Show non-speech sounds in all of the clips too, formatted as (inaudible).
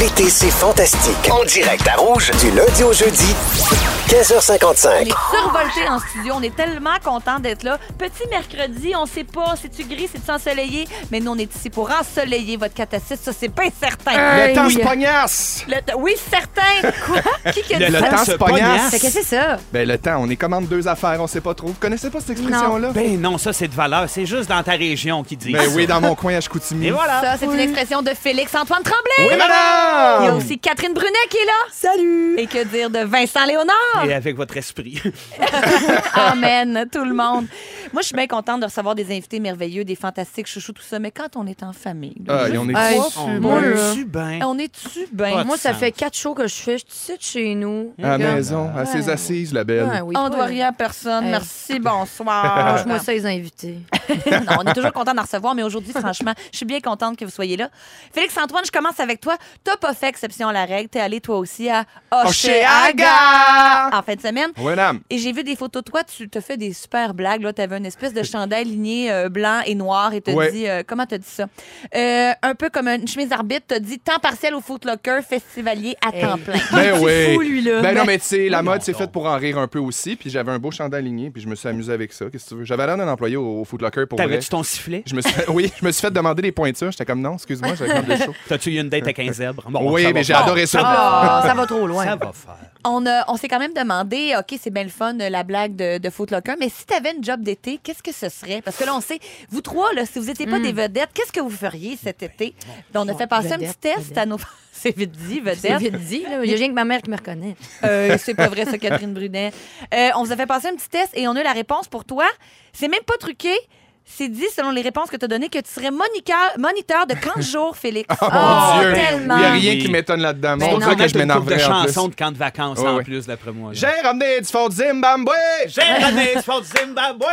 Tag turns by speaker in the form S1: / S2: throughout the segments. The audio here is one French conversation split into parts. S1: L'été, c'est fantastique. En direct à Rouge, du lundi au jeudi, 15h55.
S2: On est survoltés en studio. On est tellement contents d'être là. Petit mercredi, on sait pas si tu gris, si tu ensoleillé, mais nous, on est ici pour ensoleiller votre catastrophe. Ça, c'est pas certain.
S3: Le temps se pognasse!
S2: Le t- oui,
S3: (laughs)
S2: certain. Quoi? Qui que
S3: Le,
S2: dit
S3: le
S2: ça?
S3: temps se pognasse!
S2: Fait que c'est ça.
S3: Ben, le temps, on est commande deux affaires, on sait pas trop. Vous connaissez pas cette expression-là?
S4: Ben non, ça c'est de valeur. C'est juste dans ta région qui dit.
S3: Ben oui, dans mon coin à Chicoutimi.
S4: Et voilà.
S2: Ça, c'est une expression de Félix-Antoine Tremblay.
S3: Oui,
S2: Il y a
S3: madame!
S2: aussi Catherine Brunet qui est là. Salut. Et que dire de Vincent Léonard?
S4: Et avec votre esprit.
S2: (laughs) Amen, tout le monde. Moi, je suis bien contente de recevoir des invités merveilleux, des fantastiques chouchous, tout ça. Mais quand on est en famille, là,
S3: Ah, et on est
S4: (laughs)
S5: Hey,
S3: tous-
S5: tu-
S4: On
S5: moi,
S4: le
S5: là,
S4: su bien.
S3: Euh.
S2: on est-tu bien?
S4: Ah,
S5: moi, ça
S4: sens.
S5: fait quatre shows que je fais. Je suis ici de chez nous.
S3: à la
S5: Regarde.
S3: maison, à ses assises, la belle.
S5: Ouais, Ah oui,
S2: On
S5: toi,
S2: doit
S5: là. Ah,
S2: rien à personne.
S5: Hey.
S2: Merci, (laughs) bonsoir.
S5: Mange-moi ça, les invités.
S2: Non, on est toujours content d'en recevoir, mais aujourd'hui, franchement, je suis bien contente que vous soyez là. Félix-Antoine, je commence avec toi. T'as pas fait exception à la règle. T'es allé, toi aussi, à Oshéaga
S3: Oshéaga!
S2: en fin de semaine.
S3: Oui, madame.
S2: Et j'ai vu des photos de toi, tu te fais des super blagues. Là, t'avais une espèce de chandail ligné euh, blanc et noir et t'as
S3: Ouais.
S2: dit, euh, comment t'as dit ça? Euh, un peu comme une chemise arbitre, t'as dit temps partiel au Footlocker, festivalier à temps plein. (laughs)
S3: Ben oui.
S2: Ah, fou, lui, là.
S3: Ben non, mais tu sais, la
S4: non,
S3: mode, c'est
S4: non.
S3: faite pour en rire un peu aussi. Puis j'avais un beau chandail aligné, puis je me suis amusé avec ça. Qu'est-ce que tu veux? J'avais l'air d'un employé au, au Foot Locker pour vrai.
S4: T'avais-tu ton sifflet?
S3: Je me suis... Oui, je me suis fait demander des pointures. J'étais comme non, excuse-moi, j'avais commandé le show.
S4: T'as-tu eu une date avec un zèbre? Bon,
S3: Oui,
S4: ça va
S3: mais j'ai
S4: faire.
S3: adoré ça.
S5: Ah, ça va trop loin.
S4: Ça va faire.
S2: On, a- on s'est quand même demandé, OK, c'est bien le fun, euh, la blague de, de Footlocker, mais si t'avais une job d'été, qu'est-ce que ce serait? Parce que là, on sait, vous trois, là, si vous n'étiez pas
S3: Hmm.
S2: des vedettes, qu'est-ce que vous feriez
S3: Ben,
S2: cet été? Donc, on a fait passer un petit
S5: vedette,
S2: test
S5: vedette.
S2: à nos... (laughs) C'est vite dit,
S5: C'est
S2: vedette.
S5: vite dit. là. Il y a rien que ma mère qui me (laughs) reconnaît.
S2: Euh, c'est pas vrai, ça, Catherine Brunet. Euh, on vous a fait passer un petit test et on a eu la réponse pour toi. C'est même pas truqué. C'est dit, selon les réponses que tu as données, que tu serais monica- moniteur de 40 jours, Félix.
S3: (laughs) Oh,
S2: Ah,
S3: mon Dieu!
S2: tellement.
S3: Il n'y a rien
S4: Oui.
S3: qui m'étonne là-dedans. C'est
S5: Ben
S3: pour
S5: non.
S3: ça que je
S4: une couple de
S3: m'énerverais en plus.
S4: chansons de camp de vacances
S3: Ouais,
S4: en
S3: ouais.
S4: plus, d'après moi. là.
S3: J'ai ramené du fort Zimbabwe,
S4: J'ai ramené du fond du Zimbabwe!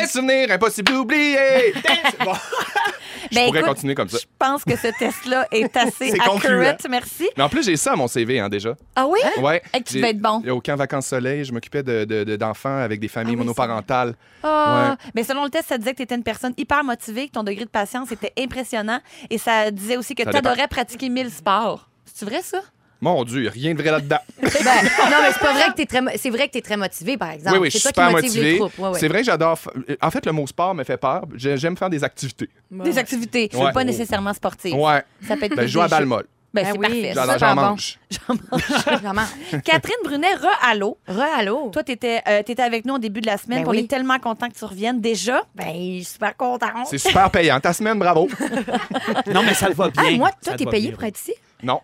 S3: des souvenirs impossibles d'oublier.
S4: Des- Bon.
S2: Ben,
S3: pourrais
S2: écoute,
S3: continuer comme ça.
S2: Je pense que ce test-là est assez
S3: C'est
S2: accurate.
S3: concluant.
S2: Merci.
S3: (laughs) Mais en plus, j'ai ça à mon CV hein, déjà.
S2: Ah oui?
S3: Ouais.
S2: Hey, tu
S3: J'ai-
S2: devais être bon.
S3: Au camp Vacances Soleil, je m'occupais de- de- de- d'enfants avec des familles
S2: Ah oui,
S3: monoparentales.
S2: Ah. Mais selon le test, ça disait que tu étais une personne hyper motivée, que ton degré de patience était impressionnant et ça disait aussi que tu
S3: Ça dépend.
S2: adorais pratiquer 1000 sports. C'est vrai, ça?
S3: Mon Dieu, rien de vrai là-dedans.
S5: Ben, non, mais c'est pas vrai que t'es très, mo- c'est vrai que t'es très motivé, par exemple.
S3: oui, oui, je
S5: c'est
S3: suis
S5: toi
S3: super
S5: qui motive les
S3: motivé.
S5: troupes. Ouais, ouais.
S3: C'est vrai que j'adore. fa- En fait, le mot sport me fait peur. J'ai- J'aime faire des activités.
S5: Bon.
S2: Des activités,
S3: Ouais.
S2: pas nécessairement sportives.
S3: Ouais.
S2: Ça peut être
S3: Ben, je joue à
S2: des jeux.
S3: balle molle.
S2: Ben,
S5: Ben
S2: c'est
S5: oui.
S2: parfait.
S5: C'est
S3: J'en
S5: super
S3: j'en
S5: bon.
S3: mange.
S5: (laughs) Vraiment.
S2: (laughs) Catherine Brunet, re-allô.
S5: Re-allô?
S2: Toi, tu étais, avec nous au début de la semaine.
S5: Ben
S2: puis On
S5: oui.
S2: est tellement contents que tu reviennes déjà.
S5: Ben, je suis super contente.
S3: C'est super payant. Ta semaine, bravo.
S4: Non, mais ça le va bien.
S5: Ah, moi, toi,
S4: Ça le
S5: t'es
S4: va
S5: payé
S4: bien.
S5: pour être ici?
S3: Non.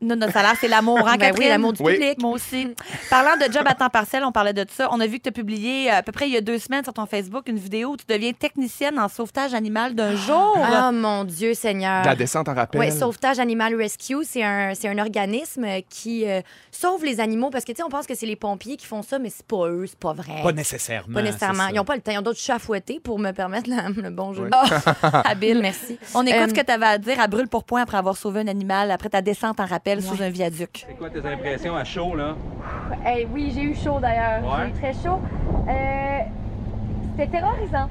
S2: Nous, notre salaire, c'est l'amour, (laughs) hein,
S5: Ben
S2: Catherine?
S5: oui, l'amour du
S3: Oui.
S2: public. Moi aussi. Parlant de job à temps partiel, on parlait de ça. On a vu que tu as publié euh, à peu près il y a deux semaines sur ton Facebook une vidéo où tu deviens technicienne en sauvetage animal d'un jour.
S5: Ah, mon Dieu, Seigneur.
S3: La descente en rappel.
S5: Oui, Sauvetage Animal Rescue, c'est un, c'est un organisme euh, qui euh, sauve les animaux parce que, tu sais, on pense que c'est les pompiers qui font ça, mais c'est pas eux, c'est pas vrai.
S4: Pas nécessairement.
S5: Pas nécessairement.
S4: Ben, c'est ça.
S5: Ils n'ont pas le temps. Ils ont d'autres chats à fouetter pour me permettre la- le bon jeu. Ah,
S3: Ouais.
S4: (laughs)
S2: habile.
S5: Merci.
S2: On écoute
S5: Euh,
S2: ce que tu avais à dire à brûle pour point après avoir sauvé un animal, après ta descente en rappel sous un viaduc.
S6: C'est quoi tes impressions à chaud, là?
S7: Eh oui, j'ai eu chaud d'ailleurs.
S6: Ouais.
S7: J'ai eu très chaud. Euh, C'était terrorisant.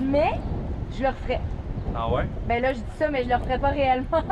S7: mais je le referais.
S6: Ah ouais?
S7: Ben là, je dis ça, mais je le referais pas réellement.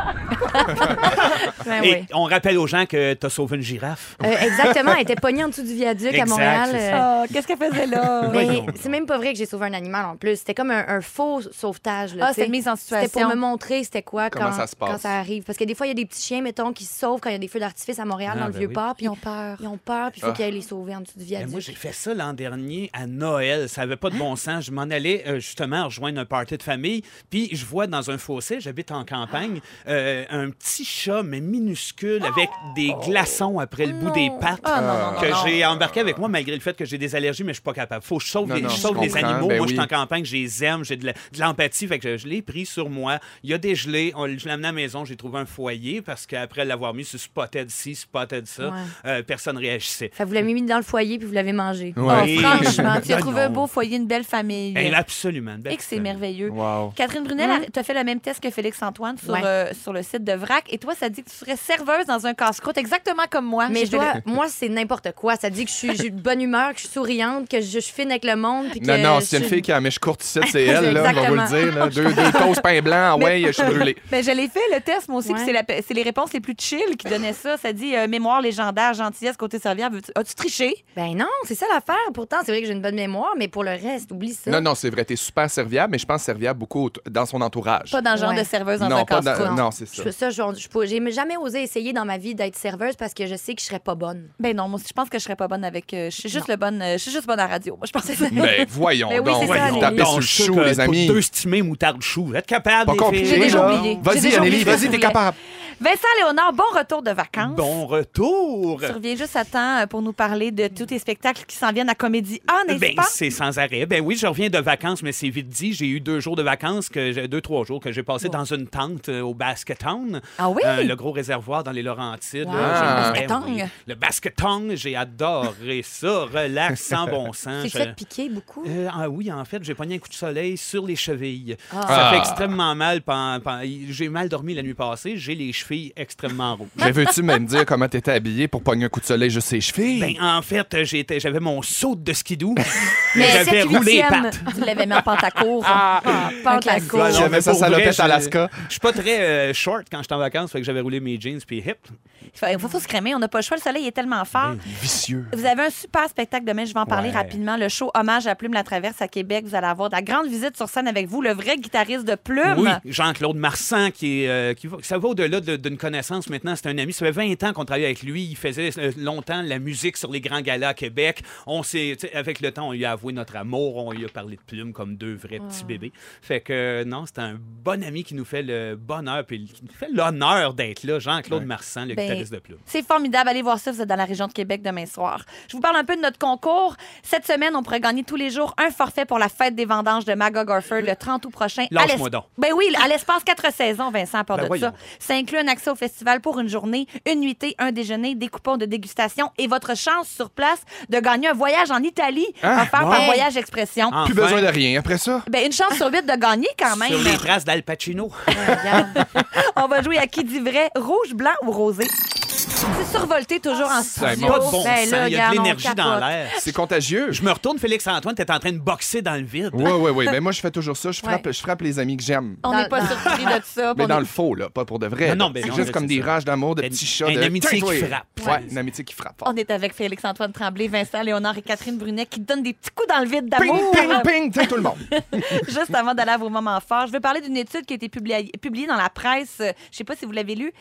S5: ben
S4: Et
S5: oui.
S4: on rappelle aux gens que t'as sauvé une girafe.
S5: Euh, exactement. Elle était pognée en dessous du viaduc à
S4: Exact,
S5: Montréal.
S4: c'est
S5: euh,
S2: Ah, qu'est-ce qu'elle faisait (laughs) là?
S5: mais
S4: Voyons.
S5: c'est même pas vrai que j'ai sauvé un animal en plus. C'était comme un, un faux sauvetage. là,
S2: Ah,
S5: tu sais.
S2: c'est une mise en
S5: C'était pour
S2: situation.
S5: me montrer c'était quoi
S3: Comment
S5: quand
S3: ça se passe.
S5: quand ça arrive. Parce que des fois, il y a des petits chiens, mettons, qui se sauvent quand il y a des feux d'artifice à Montréal
S4: Ah,
S5: dans le
S4: ben oui.
S5: Vieux-Port. Puis
S2: Ils ont peur.
S5: Ils ont peur, puis il faut
S3: Ah.
S5: qu'elle les sauve en dessous du
S4: Ben,
S5: viaduc.
S4: moi, j'ai fait ça l'an dernier à Noël. Ça n'avait pas de bon sens. Je m'en allais euh, justement rejoindre un party de famille. Puis je vois dans un fossé, j'habite en campagne, euh, un petit chat, mais minuscule, avec des glaçons après le bout des pattes.
S2: Ah, non, non, non,
S4: que
S2: non.
S4: j'ai embarqué avec moi malgré le fait que j'ai des allergies, mais je suis pas capable. Faut que je sauve,
S3: Non,
S4: les,
S3: non,
S4: je
S3: je
S4: sauve les
S3: comprends.
S4: animaux.
S3: Ben
S4: moi, je suis
S3: oui.
S4: en campagne, je les aime, j'ai de la- de l'empathie. Fait que je, je l'ai pris sur moi. Il y a des gelées. On, je l'ai amené à la maison, j'ai trouvé un foyer parce qu'après l'avoir mis sur spotted ci, spotted ça,
S5: Ouais.
S4: euh, personne réagissait.
S5: Fait que vous l'avez mis dans le foyer, puis vous l'avez mangé.
S3: Ouais.
S2: Oh, franchement, tu as
S4: Ah,
S2: trouvé un
S4: non.
S2: beau foyer, une belle famille.
S4: Elle, absolument. une belle
S2: Et que c'est
S4: famille.
S2: merveilleux.
S3: Wow.
S2: Catherine Brunet, connais, la- t'as fait le même test que Félix-Antoine sur,
S5: Ouais.
S2: euh, sur le site de VRAC. Et toi, ça dit que tu serais serveuse dans un casse-croûte, exactement comme
S3: Ah,
S2: moi.
S5: Mais
S2: J'ai
S5: je dois, moi, c'est n'importe quoi. Ça dit que je suis j'ai de bonne humeur, que je suis souriante, que je, je fine avec le monde. puis
S3: Non,
S5: que
S3: non,
S5: je
S3: s'il y a une
S5: suis-
S3: fille qui a la mèche courte ici,
S2: (laughs)
S3: c'est elle, là, on va vous le
S2: Exactement.
S3: dire. là. Deux, deux toasts pain
S2: (laughs)
S3: blanc, ah ouais, je suis brûlé.
S2: Mais Ben, je l'ai fait, le test, moi aussi.
S5: Ouais.
S2: puis C'est, la- c'est les réponses les plus chill qui donnaient ça. Ça dit euh, mémoire légendaire, gentillesse, côté serviable. Veux-tu- As-tu triché?
S5: Ben non, c'est ça l'affaire. Pourtant, c'est vrai que j'ai une bonne mémoire, mais pour le reste, oublie ça.
S3: Non, non, c'est vrai, t'es super serviable, mais je pense serviable beaucoup au- dans son entourage.
S2: Pas dans le genre
S5: Ouais.
S2: de serveuse dans un
S3: Non, pas
S2: casse
S3: dans- euh, non, c'est ça.
S5: Je, ça, je, je pourrais- j'ai jamais osé essayer dans ma vie d'être serveuse parce que je sais que je serais pas bonne.
S2: Ben non, moi aussi, je pense que je serais pas bonne avec. euh, je suis juste le bonne. euh, je suis juste bonne à la radio. Moi, je pensais ça.
S3: (laughs) Mais voyons
S2: (laughs) Mais oui,
S3: donc,
S2: c'est ça,
S3: voyons
S2: les-
S3: tapez sur le
S4: je suis sûr
S3: chou,
S4: que
S3: les
S4: pour
S3: amis.
S4: Deux stimés moutarde chou. Vous êtes capable.
S3: Pas
S4: les
S3: compliqué,
S2: J'ai
S4: filles?
S2: déjà
S3: là.
S2: oublié. J'ai
S3: Vas-y,
S2: déjà
S3: Anneli,
S2: oublié,
S3: vas-y,
S2: c'est
S3: t'es
S2: vrai.
S3: capable.
S2: Vincent Léonard, bon retour de vacances.
S4: Bon retour.
S2: Tu reviens juste à temps euh, pour nous parler de tous tes spectacles qui s'en viennent à Comédie A, n'est-ce
S4: Ben,
S2: pas?
S4: c'est sans arrêt. Ben oui, je reviens de vacances, mais c'est vite dit. J'ai eu deux jours de vacances, que j'ai- deux, trois jours, que j'ai passé dans une tente euh, au Basketown.
S2: Oh. Ah oui?
S4: le gros réservoir dans les Laurentides.
S5: Wow.
S4: là, j'ai-
S2: Ah.
S4: Ben oui. Le Basketown, j'ai adoré ça. Relax,
S2: (laughs)
S4: sans bon sens.
S5: Tu te
S4: Je-
S5: fait piquer beaucoup?
S4: Euh, ah oui, en fait, j'ai pogné un coup de soleil sur les chevilles.
S5: Ah.
S4: Ça fait
S3: Ah.
S4: extrêmement mal. pen- pen- J'ai mal dormi la nuit passée. J'ai les chevilles extrêmement rouges.
S3: Mais veux-tu me dire comment t'étais habillé pour pogner un coup de soleil juste ses chevilles?
S4: Ben, en fait, euh, j'étais- j'avais mon saut de skidou.
S5: Mais
S4: j'avais
S5: sept
S4: roulé les
S5: huitièmes.
S4: pattes.
S2: Tu l'avais mis en pantacourt. Ah, pantacourt.
S4: Ouais, non,
S3: J'avais
S4: mais
S3: sa
S4: pour
S3: salopette
S4: vrai, je-
S3: Alaska.
S4: Je suis pas très euh, short quand j'étais en vacances, fait que j'avais roulé mes jeans puis hip.
S2: Il faut, faut- faut se crémer, on n'a pas le choix, le soleil est tellement fort.
S3: Vicieux.
S2: Vous avez un super spectacle demain, je vais en parler
S4: Ouais.
S2: rapidement. Le show Hommage à Plume La Traverse à Québec. Vous allez avoir de la grande visite sur scène avec vous, le vrai guitariste de Plume.
S4: Oui, Jean-Claude Marsan, qui, est, euh, qui va- ça va au-delà de- d'une connaissance maintenant. C'est un ami. Ça fait 20 ans qu'on travaille avec lui. Il faisait euh, longtemps la musique sur les grands galas à Québec. On s'est, tu sais, avec le temps, on lui a avoué notre amour. On lui a parlé de plumes comme deux vrais petits bébés. Fait que euh, non, c'est un bon ami qui nous fait le bonheur puis qui nous fait l'honneur d'être là. Jean-Claude Marsan, le
S2: Ben,
S4: guitariste de plumes.
S2: C'est formidable. Allez voir ça. Vous êtes dans la région de Québec demain soir. Je vous parle un peu de notre concours. Cette semaine, on pourrait gagner tous les jours un forfait pour la fête des vendanges de Magog Orford le 30 août prochain. à
S4: Lâche-moi
S2: l'es-
S4: donc.
S2: Ben oui, à l'espace quatre saisons, Vincent, à part
S4: Ben
S2: de
S4: voyons.
S2: ça. Ça inclut un accès au festival pour une journée, une nuitée, un déjeuner, des coupons de dégustation et votre chance sur place de gagner un voyage en Italie
S4: Ah,
S2: offert par
S5: ouais.
S2: Voyage Expression.
S3: Plus
S4: Enfin,
S3: besoin de rien après ça.
S2: Ben, une chance sur huit de gagner quand même.
S4: Ah. Sur les traces d'Al Pacino.
S2: (laughs) On va jouer à qui dit vrai, rouge, blanc ou rosé. C'est survolté toujours en
S4: (laughs) Ça
S2: studio.
S4: n'a pas de bon
S2: Ben
S4: sens.
S2: là,
S4: Il y a
S2: regarde,
S4: de
S2: on
S4: l'énergie dans
S2: capote.
S4: l'air.
S3: C'est contagieux.
S4: Je me retourne, Félix-Antoine, t'es en train de boxer dans le vide.
S3: Oui, oui, oui. Ben moi, je fais toujours ça. Je frappe,
S5: Ouais.
S3: je frappe les amis que j'aime.
S2: On n'est
S5: Dans-
S2: pas
S5: dans-
S2: surpris de
S4: (laughs)
S2: ça.
S3: Mais
S2: on
S3: dans
S2: est-
S3: le faux, là, pas pour de vrai.
S4: Non,
S3: là.
S4: non, ben
S3: c'est
S4: non,
S3: juste
S4: là,
S3: comme
S4: c'est
S3: des
S4: ça.
S3: rages d'amour, de
S4: Une-
S3: petits chats.
S4: une
S3: de-
S4: amitié
S3: Tiens,
S4: qui
S3: toi.
S4: frappe.
S3: Ouais, une amitié qui frappe. fort.
S2: On est avec Félix-Antoine Tremblay, Vincent Léonard et Catherine Brunet qui donnent des petits coups dans le vide
S3: Ping,
S2: d'amour. euh,
S3: ping, ping, tiens, tout le (laughs) monde.
S2: (laughs) Juste avant d'aller à vos moments forts, je veux parler d'une étude qui a été publiée, publiée dans la presse. Euh, Je sais pas si vous l'avez lu.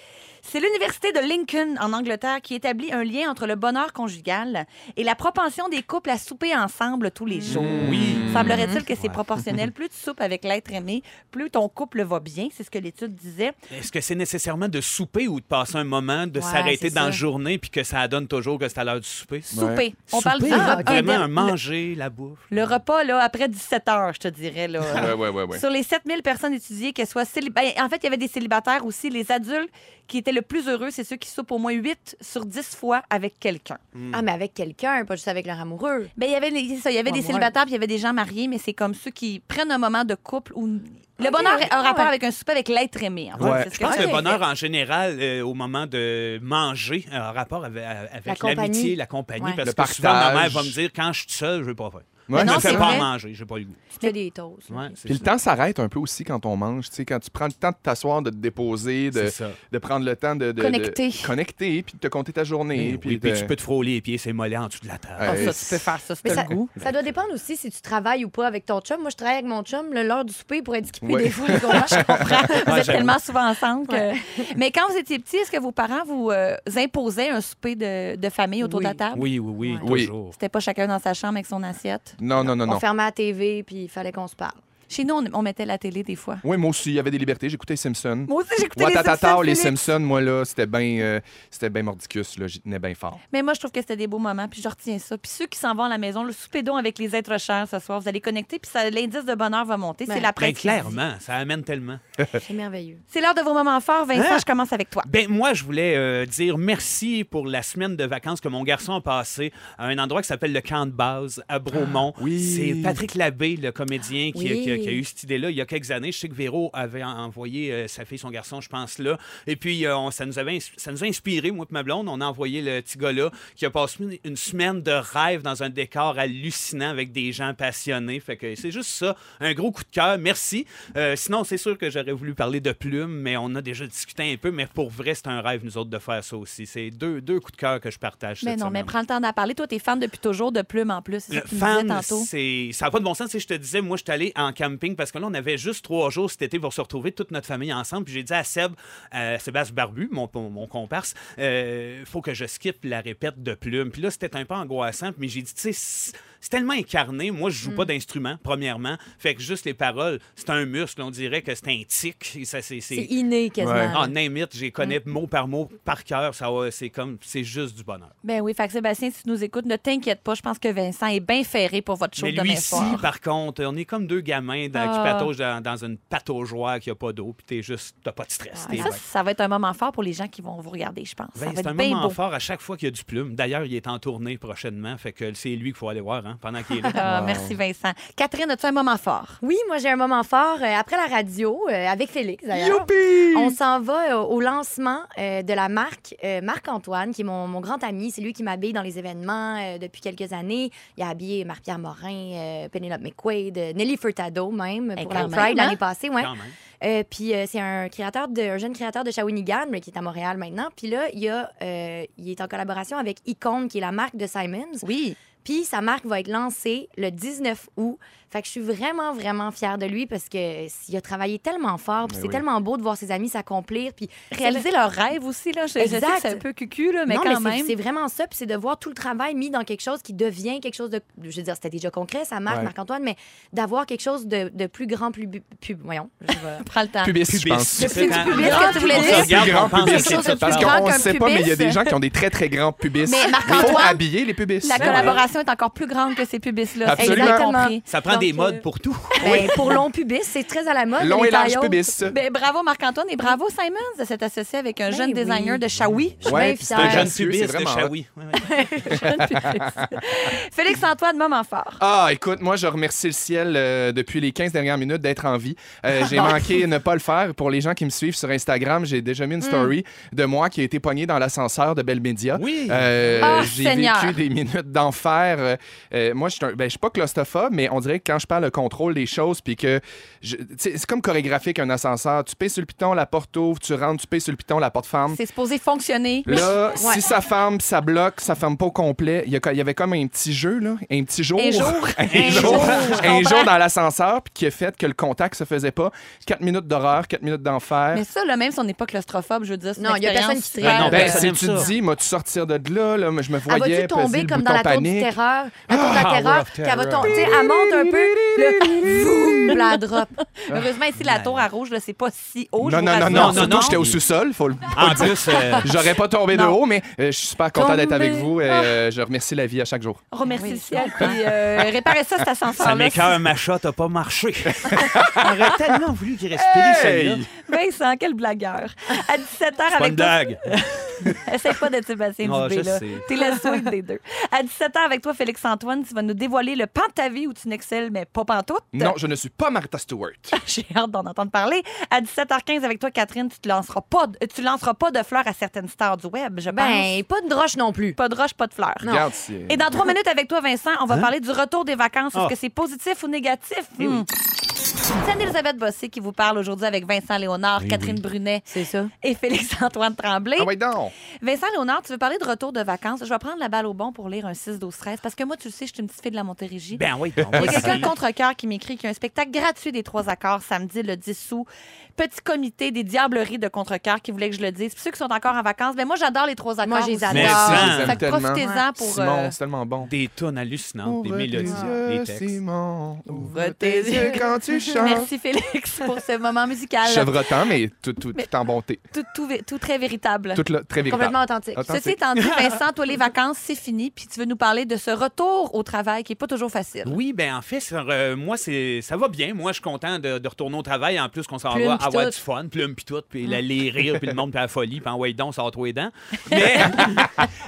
S2: C'est l'Université de Lincoln en Angleterre qui établit un lien entre le bonheur conjugal et la propension des couples à souper ensemble tous
S4: Mmh.
S2: les jours.
S4: Oui.
S2: Semblerait-il que c'est proportionnel. Plus tu soupes avec l'être aimé, plus ton couple va bien. C'est ce que l'étude disait.
S4: Est-ce que c'est nécessairement de souper ou de passer un moment, de
S5: Ouais,
S4: s'arrêter
S5: c'est
S4: dans
S5: ça.
S4: la journée puis que ça donne toujours que c'est à l'heure du souper?
S2: Souper. ah, On
S4: Souper,
S2: parle du
S4: là,
S2: repas
S4: vraiment
S2: de-
S4: un manger, la bouffe.
S2: Le repas, là, après 17 heures, je te dirais. Là.
S3: Ouais, ouais, ouais, ouais.
S2: Sur les 7000 personnes étudiées, qu'elles soient célibataires. En fait, il y avait des célibataires aussi. Les adultes qui étaient le plus heureux, c'est ceux qui soupent au moins 8 sur 10 fois avec quelqu'un.
S5: Ah, mais avec quelqu'un, pas juste avec leur amoureux.
S2: Ben, il y avait, c'est ça, il y avait
S5: Ouais,
S2: des
S5: ouais.
S2: célibataires, puis il y avait des gens mariés, mais c'est comme ceux qui prennent un moment de couple où. Le
S5: Ok, Ah,
S2: bonheur a un
S5: ouais.
S2: rapport avec un souper avec l'être aimé. en fait.
S3: Ouais.
S2: C'est ce
S4: Je
S2: que
S4: pense que
S2: je
S4: le
S2: disais.
S4: bonheur en général, euh, au moment de manger, a un rapport avec, avec
S5: compagnie.
S4: l'amitié, la compagnie.
S5: Ouais.
S4: Parce
S3: Le
S4: que souvent, ma mère
S3: partage.
S4: va me dire quand je suis seul, je veux pas faire.
S2: non,
S3: Ouais,
S4: je
S3: mais
S4: me
S2: c'est
S4: fais pas
S2: vrai.
S4: à manger, j'ai pas le goût.
S5: Tu fais des toasts.
S4: Ouais, c'est
S3: Puis le
S4: ça.
S3: temps s'arrête un peu aussi quand on mange. Tu sais, quand tu prends le temps de t'asseoir, de te déposer, de,
S4: C'est ça.
S3: de prendre le temps de, de- de-
S2: Connecter.
S3: connecter, puis de te compter ta journée.
S4: Oui,
S3: puis de-
S4: puis tu peux te frôler les pieds, c'est mollet en dessous de la table.
S2: Ah,
S3: Ouais.
S2: ça, tu peux faire ça, c'est
S5: Mais
S2: le
S5: ça,
S2: goût.
S5: ça doit dépendre aussi si tu travailles ou pas avec ton chum. Moi, je travaille avec mon chum. le- L'heure du souper pourrait être skippée
S3: Ouais.
S5: des fois. les gars.
S2: (laughs) Vous
S4: Ouais,
S2: êtes
S4: j'avoue.
S2: tellement souvent ensemble. que- (laughs) Mais quand vous étiez petit, est-ce que vos parents vous euh, imposaient un souper de, de famille autour de la table?
S4: Oui, oui, oui,
S3: Oui.
S4: toujours.
S2: C'était pas chacun dans sa chambre avec son assiette.
S3: Non, (laughs) non, non,
S5: On
S3: non.
S5: fermait la TV, puis il fallait qu'on se parle.
S2: Chez nous, on, on mettait la télé des fois.
S3: Oui, moi aussi, il y avait des libertés. J'écoutais les Simpsons.
S2: Moi aussi, j'écoutais les Simpsons,
S3: Watatata, les
S2: Philippe.
S3: Simpsons, moi, là, c'était bien euh, c'était ben mordicus. là. J'y tenais bien fort.
S2: Mais moi, je trouve que c'était des beaux moments, puis je retiens ça. Puis ceux qui s'en vont à la maison, le souper d'eau avec les êtres chers ce soir, vous allez connecter, puis ça- l'indice de bonheur va monter. C'est
S5: Ben,
S2: la
S4: Ben,
S2: presse. qui le dit.
S4: clairement, ça amène tellement.
S3: Euh.
S5: C'est merveilleux.
S2: C'est l'heure de vos moments forts. Vincent,
S4: Hein?
S2: je commence avec toi.
S4: Ben moi, je voulais euh, dire merci pour la semaine de vacances que mon garçon a passée à un endroit qui s'appelle le camp de base à Bromont.
S3: oui.
S4: C'est Patrick Labbé, le comédien qui,
S5: Oui.
S4: qui a- qui a eu cette idée-là il y a quelques années. Je sais que Véro avait en- envoyé euh, sa fille, son garçon, je pense, là. Et puis, euh, on- ça, nous avait ins- ça nous a inspiré, moi et ma blonde. On a envoyé le petit gars-là qui a passé une, une semaine de rêve dans un décor hallucinant avec des gens passionnés. Fait que c'est juste ça. Un gros coup de cœur. Merci. Euh, sinon, c'est sûr que j'aurais voulu parler de plumes, mais on a déjà discuté un peu. Mais pour vrai, c'est un rêve, nous autres, de faire ça aussi. C'est deux, deux coups de cœur que je partage.
S2: Mais
S4: cette
S2: non, mais
S4: semaine.
S2: prends le temps d'en parler. Toi, t'es fan depuis toujours de plumes en plus. C'est ça
S4: Le
S2: que tu me disais
S4: fan,
S2: tantôt.
S4: Euh, c'est ça n'a pas de bon sens. Si je te disais, moi, je suis allé en camping parce que là, on avait juste trois jours cet été pour se retrouver toute notre famille ensemble. Puis j'ai dit à Seb, euh, Sébastien Barbu, mon, mon comparse, euh, faut que je skip la répète de plume. Puis là, c'était un peu angoissant. Mais j'ai dit, tu sais, c'est c'est tellement incarné. Moi, je joue
S2: Mm.
S4: pas d'instrument, premièrement. Fait que juste les paroles, c'est un muscle. On dirait que c'est un tic. Et ça, c'est-
S5: C'est
S4: c'est-
S5: inné quasiment.
S3: Ouais.
S5: là.
S4: Ah, name it, j'y connais mot par mot, par cœur. Ça, va- c'est comme, c'est juste du bonheur.
S2: Ben oui, fait que Sébastien, si tu nous écoutes, ne t'inquiète pas. Je pense que Vincent est bien ferré pour votre show
S4: Mais
S2: demain
S4: lui, si,
S2: soir.
S4: par contre, on est comme deux gamins dans- qui
S2: Ah.
S4: pataugent dans, dans une pataugeoire qui a pas d'eau, puis t'es juste, t'as pas de stress.
S2: Ah,
S4: t'es-
S2: ça, ça va être un moment fort pour les gens qui vont vous regarder, je pense.
S4: Ben,
S2: ça va
S4: c'est
S2: être
S4: un
S2: bien
S4: moment
S2: beau.
S4: fort à chaque fois qu'il y a du plume. D'ailleurs, il est en tournée prochainement, fait que c'est lui qu'il faut aller voir hein, pendant qu'il est là.
S2: (laughs) Ah, Merci, Vincent. Catherine, as-tu un moment fort?
S5: Oui, moi j'ai un moment fort euh, après la radio euh, avec Félix d'ailleurs. On s'en va euh, au lancement euh, de la marque euh, Marc-Antoine, qui est mon, mon grand ami. C'est lui qui m'habille dans les événements euh, depuis quelques années. Il a habillé Marc-Pierre Morin, euh, Penelope McQuaid, euh, Nelly Furtado même
S2: Eh,
S5: pour
S2: quand
S5: la
S2: même,
S5: Pride
S2: hein?
S5: l'année passée. Ouais.
S4: Quand même.
S5: Euh, puis euh, c'est un créateur de, un jeune créateur de Shawinigan mais qui est à Montréal maintenant. Puis là, il, y a, euh, il est en collaboration avec Icon, qui est la marque de Simons.
S2: Oui.
S5: Puis sa marque va être lancée le 19 août. Fait que je suis vraiment, vraiment fière de lui parce que euh, il a travaillé tellement fort. Puis
S3: Mais Ben
S5: c'est
S3: oui.
S5: tellement beau de voir ses amis s'accomplir. Puis
S2: Réaliser leurs rêves aussi, là. Je, je sais que
S5: Exact.
S2: c'est un peu cucu, là, mais
S5: non,
S2: quand
S5: mais c'est-
S2: même.
S5: c'est vraiment ça. Puis c'est de voir tout le travail mis dans quelque chose qui devient quelque chose de. Je veux dire, c'était déjà concret, sa marque,
S3: Ouais.
S5: Marc-Antoine, mais d'avoir quelque chose de, de plus grand, plus. bu- plus- voyons. je
S3: (laughs)
S5: vais-
S2: Prends le temps.
S3: Pubis, je
S4: Pubis.
S3: pense.
S2: C'est
S4: Quand-
S2: du public que tu voulais
S4: on se
S2: dire.
S4: regarde,
S3: Plus
S4: on
S3: grand
S4: pense
S3: public.
S4: à qui
S2: Quelque chose
S4: tu
S2: de plus
S4: parles.
S2: grand.
S3: Parce qu'on
S2: qu'un
S3: ne sait pas, mais il y a des
S2: pubis.
S3: gens qui ont des très, très grands pubis.
S2: Mais
S3: Il faut
S2: Marc-Antoine,
S3: habiller les pubis.
S2: la
S3: Ouais.
S2: collaboration est encore plus grande que ces pubis-là.
S3: Absolument.
S2: Exactement. compris.
S4: Ça prend
S2: Donc,
S4: des
S2: euh,
S4: modes
S2: (laughs)
S4: pour tout.
S5: Ben, pour long pubis, c'est très à la mode.
S3: Long
S5: les
S3: et large
S5: tailles hautes.
S3: pubis.
S2: Ben, bravo Marc-Antoine et bravo Simons de s'être associé avec un
S5: Ben
S2: jeune
S5: oui.
S2: designer de Shawi.
S5: Je suis
S3: Ouais,
S5: bien
S3: puis c'est un
S2: Ah,
S5: fière.
S2: (laughs)
S4: Un jeune
S3: Gracieux,
S4: pubis
S3: c'est
S4: de
S3: vraiment hot.
S4: Shawi. Ouais, ouais.
S2: Félix-Antoine, moment fort.
S3: Ah, écoute, moi, je remercie le ciel euh, depuis les 15 dernières minutes d'être en vie.
S2: (laughs)
S3: Euh, j'ai manqué ne pas le faire. Pour les gens qui me suivent sur Instagram, j'ai déjà
S2: Hmm.
S3: mis une story de moi qui a été pognée dans l'ascenseur de Belle Média.
S4: Oui.
S3: Euh,
S2: Ah,
S3: j'ai
S2: Seigneur.
S3: vécu des minutes d'enfer. Euh, euh, moi, je suis un- ben, je suis pas claustrophobe, mais on dirait que quand je parle le contrôle des choses, puis que. je- tu sais, C'est comme chorégraphique, un ascenseur. Tu payes sur le piton, la porte ouvre, tu rentres, tu payes sur le piton, la porte
S4: Ah.
S3: ferme.
S2: C'est supposé fonctionner.
S3: Là,
S5: Ouais.
S3: si ça ferme, ça bloque, ça ferme pas au complet. Il y, a co- il y avait comme un petit jeu, là, un petit jour.
S2: Un
S4: (laughs)
S2: jour.
S3: un jour,
S2: je
S3: Oh, un
S2: comprends.
S3: jour dans l'ascenseur, puis qui a fait que le contact se faisait pas. Quatre minutes d'horreur, quatre minutes d'enfer.
S2: Mais ça, là, même si on n'est pas claustrophobe, je veux dire, c'est
S5: Non,
S2: une
S5: y a
S2: expérience euh,
S5: personne qui te
S2: super-
S4: Ben non,
S3: Ben,
S4: ça
S3: si
S4: aime
S3: tu
S4: ça.
S3: te dis, m'as-tu sortir de là, là, je me
S5: Elle
S3: voyais peser
S5: va-tu tomber
S3: le
S5: comme dans
S3: bouton
S5: la tour du
S3: panique.
S5: terreur? La tour de la
S4: Ah,
S5: terreur,
S4: Rough
S5: qu'elle va
S4: Terror.
S5: tomber. Tu sais, elle monte un peu, le (laughs) boum, la drop.
S2: (laughs) Heureusement, ici, la tour à rouge, là, c'est pas si haut. je
S3: Non,
S2: vous
S3: non, non,
S2: rassure.
S3: non,
S4: non, non,
S3: surtout,
S4: non.
S3: j'étais au sous-sol, faut le (laughs)
S2: Ah,
S4: En
S2: (laughs)
S4: plus, euh,
S3: J'aurais pas tombé de haut, mais euh, je suis super content d'être avec
S5: Tomber.
S3: vous. et, euh, je remercie la vie à chaque jour.
S2: On remercie le ciel. Puis, euh, réparez ça, cet
S4: ça
S2: ascenseur-là.
S4: m'écoeure, ma chatte a pas marché. (laughs) J'aurais tellement voulu qu'il respire, celle-là.
S3: Hey!
S2: Vincent, quel blagueur. À 17h
S4: Pas une
S2: avec toi.
S4: blague.
S2: Essaye pas d'être Sébastien
S4: Non,
S2: Dubé,
S4: je
S2: là.
S4: sais.
S2: T'es la suite des deux. À 17h avec toi, Félix-Antoine, tu vas nous dévoiler le pan de ta vie où tu n'excelles, mais pas pantoute.
S3: Non, je ne suis pas Martha Stewart.
S2: (laughs) J'ai hâte d'en entendre parler. À 17h15 avec toi, Catherine, tu te lanceras pas, de- tu lanceras pas de fleurs à certaines stars du web, je pense.
S5: Ben, pas de droche non plus.
S2: Pas de roche, pas de fleurs.
S3: Regarde, c'est-
S2: Et dans trois minutes avec toi, Vincent, on va
S3: Hein?
S2: parler du retour des vacances. Est-ce
S4: Ah.
S2: que c'est positif ou négatif?
S3: Eh
S2: Hmm. C'est Anne-Elisabeth Bossé qui vous parle aujourd'hui avec Vincent Léonard, Catherine Brunet
S5: C'est ça.
S2: et Félix-Antoine Tremblay.
S3: Eh Ah ouais, donc.
S2: Vincent Léonard, tu veux parler de retour de vacances? Je vais prendre la balle au bon pour lire un 6 12 13 parce que moi, tu le sais, je suis une petite fille de la Montérégie.
S4: Ben oui, donc,
S2: Il y a
S4: vas-y.
S2: quelqu'un de contre-cœur qui m'écrit qu'il y a un spectacle gratuit des Trois Accords samedi le 10 août. Petit comité des diableries de contre-cœur qui voulait que je le dise. Puis ceux qui sont encore en vacances, ben moi, j'adore les Trois Accords.
S5: Moi, je les
S2: aussi.
S5: adore.
S4: Mais
S3: Je les aime
S2: Fait que
S3: tellement.
S2: profitez-en pour.
S3: Simon,
S2: euh,
S3: c'est tellement bon.
S4: Des tonnes hallucinantes, des
S3: Ouvre
S4: mélodies,
S3: tes yeux,
S4: des textes.
S3: Simon, ouvre
S2: Ouvre
S3: tes
S2: tes
S3: yeux quand
S2: (laughs)
S3: tu chantes.
S2: Merci Félix pour ce moment musical.
S3: Chevrotant, mais tout, tout, tout en bonté.
S2: Tout, tout, tout très véritable.
S3: Tout là, très véritable.
S5: Complètement authentique.
S2: Ceci
S3: Authentique.
S2: étant dit, Vincent, toi, les vacances, c'est fini. Puis tu veux nous parler de ce retour au travail qui n'est pas toujours facile.
S4: Oui, ben en fait, sur, euh, moi, c'est ça va bien. Moi, je suis content de, de retourner au travail. En plus, qu'on s'en
S2: Plume
S4: va
S2: pis
S4: avoir
S2: tout. Ah.
S4: du fun, plume pis tout, puis la- les rires, puis le monde, puis la folie, puis en ouais donc, ça
S2: (laughs)
S4: les dents. Mais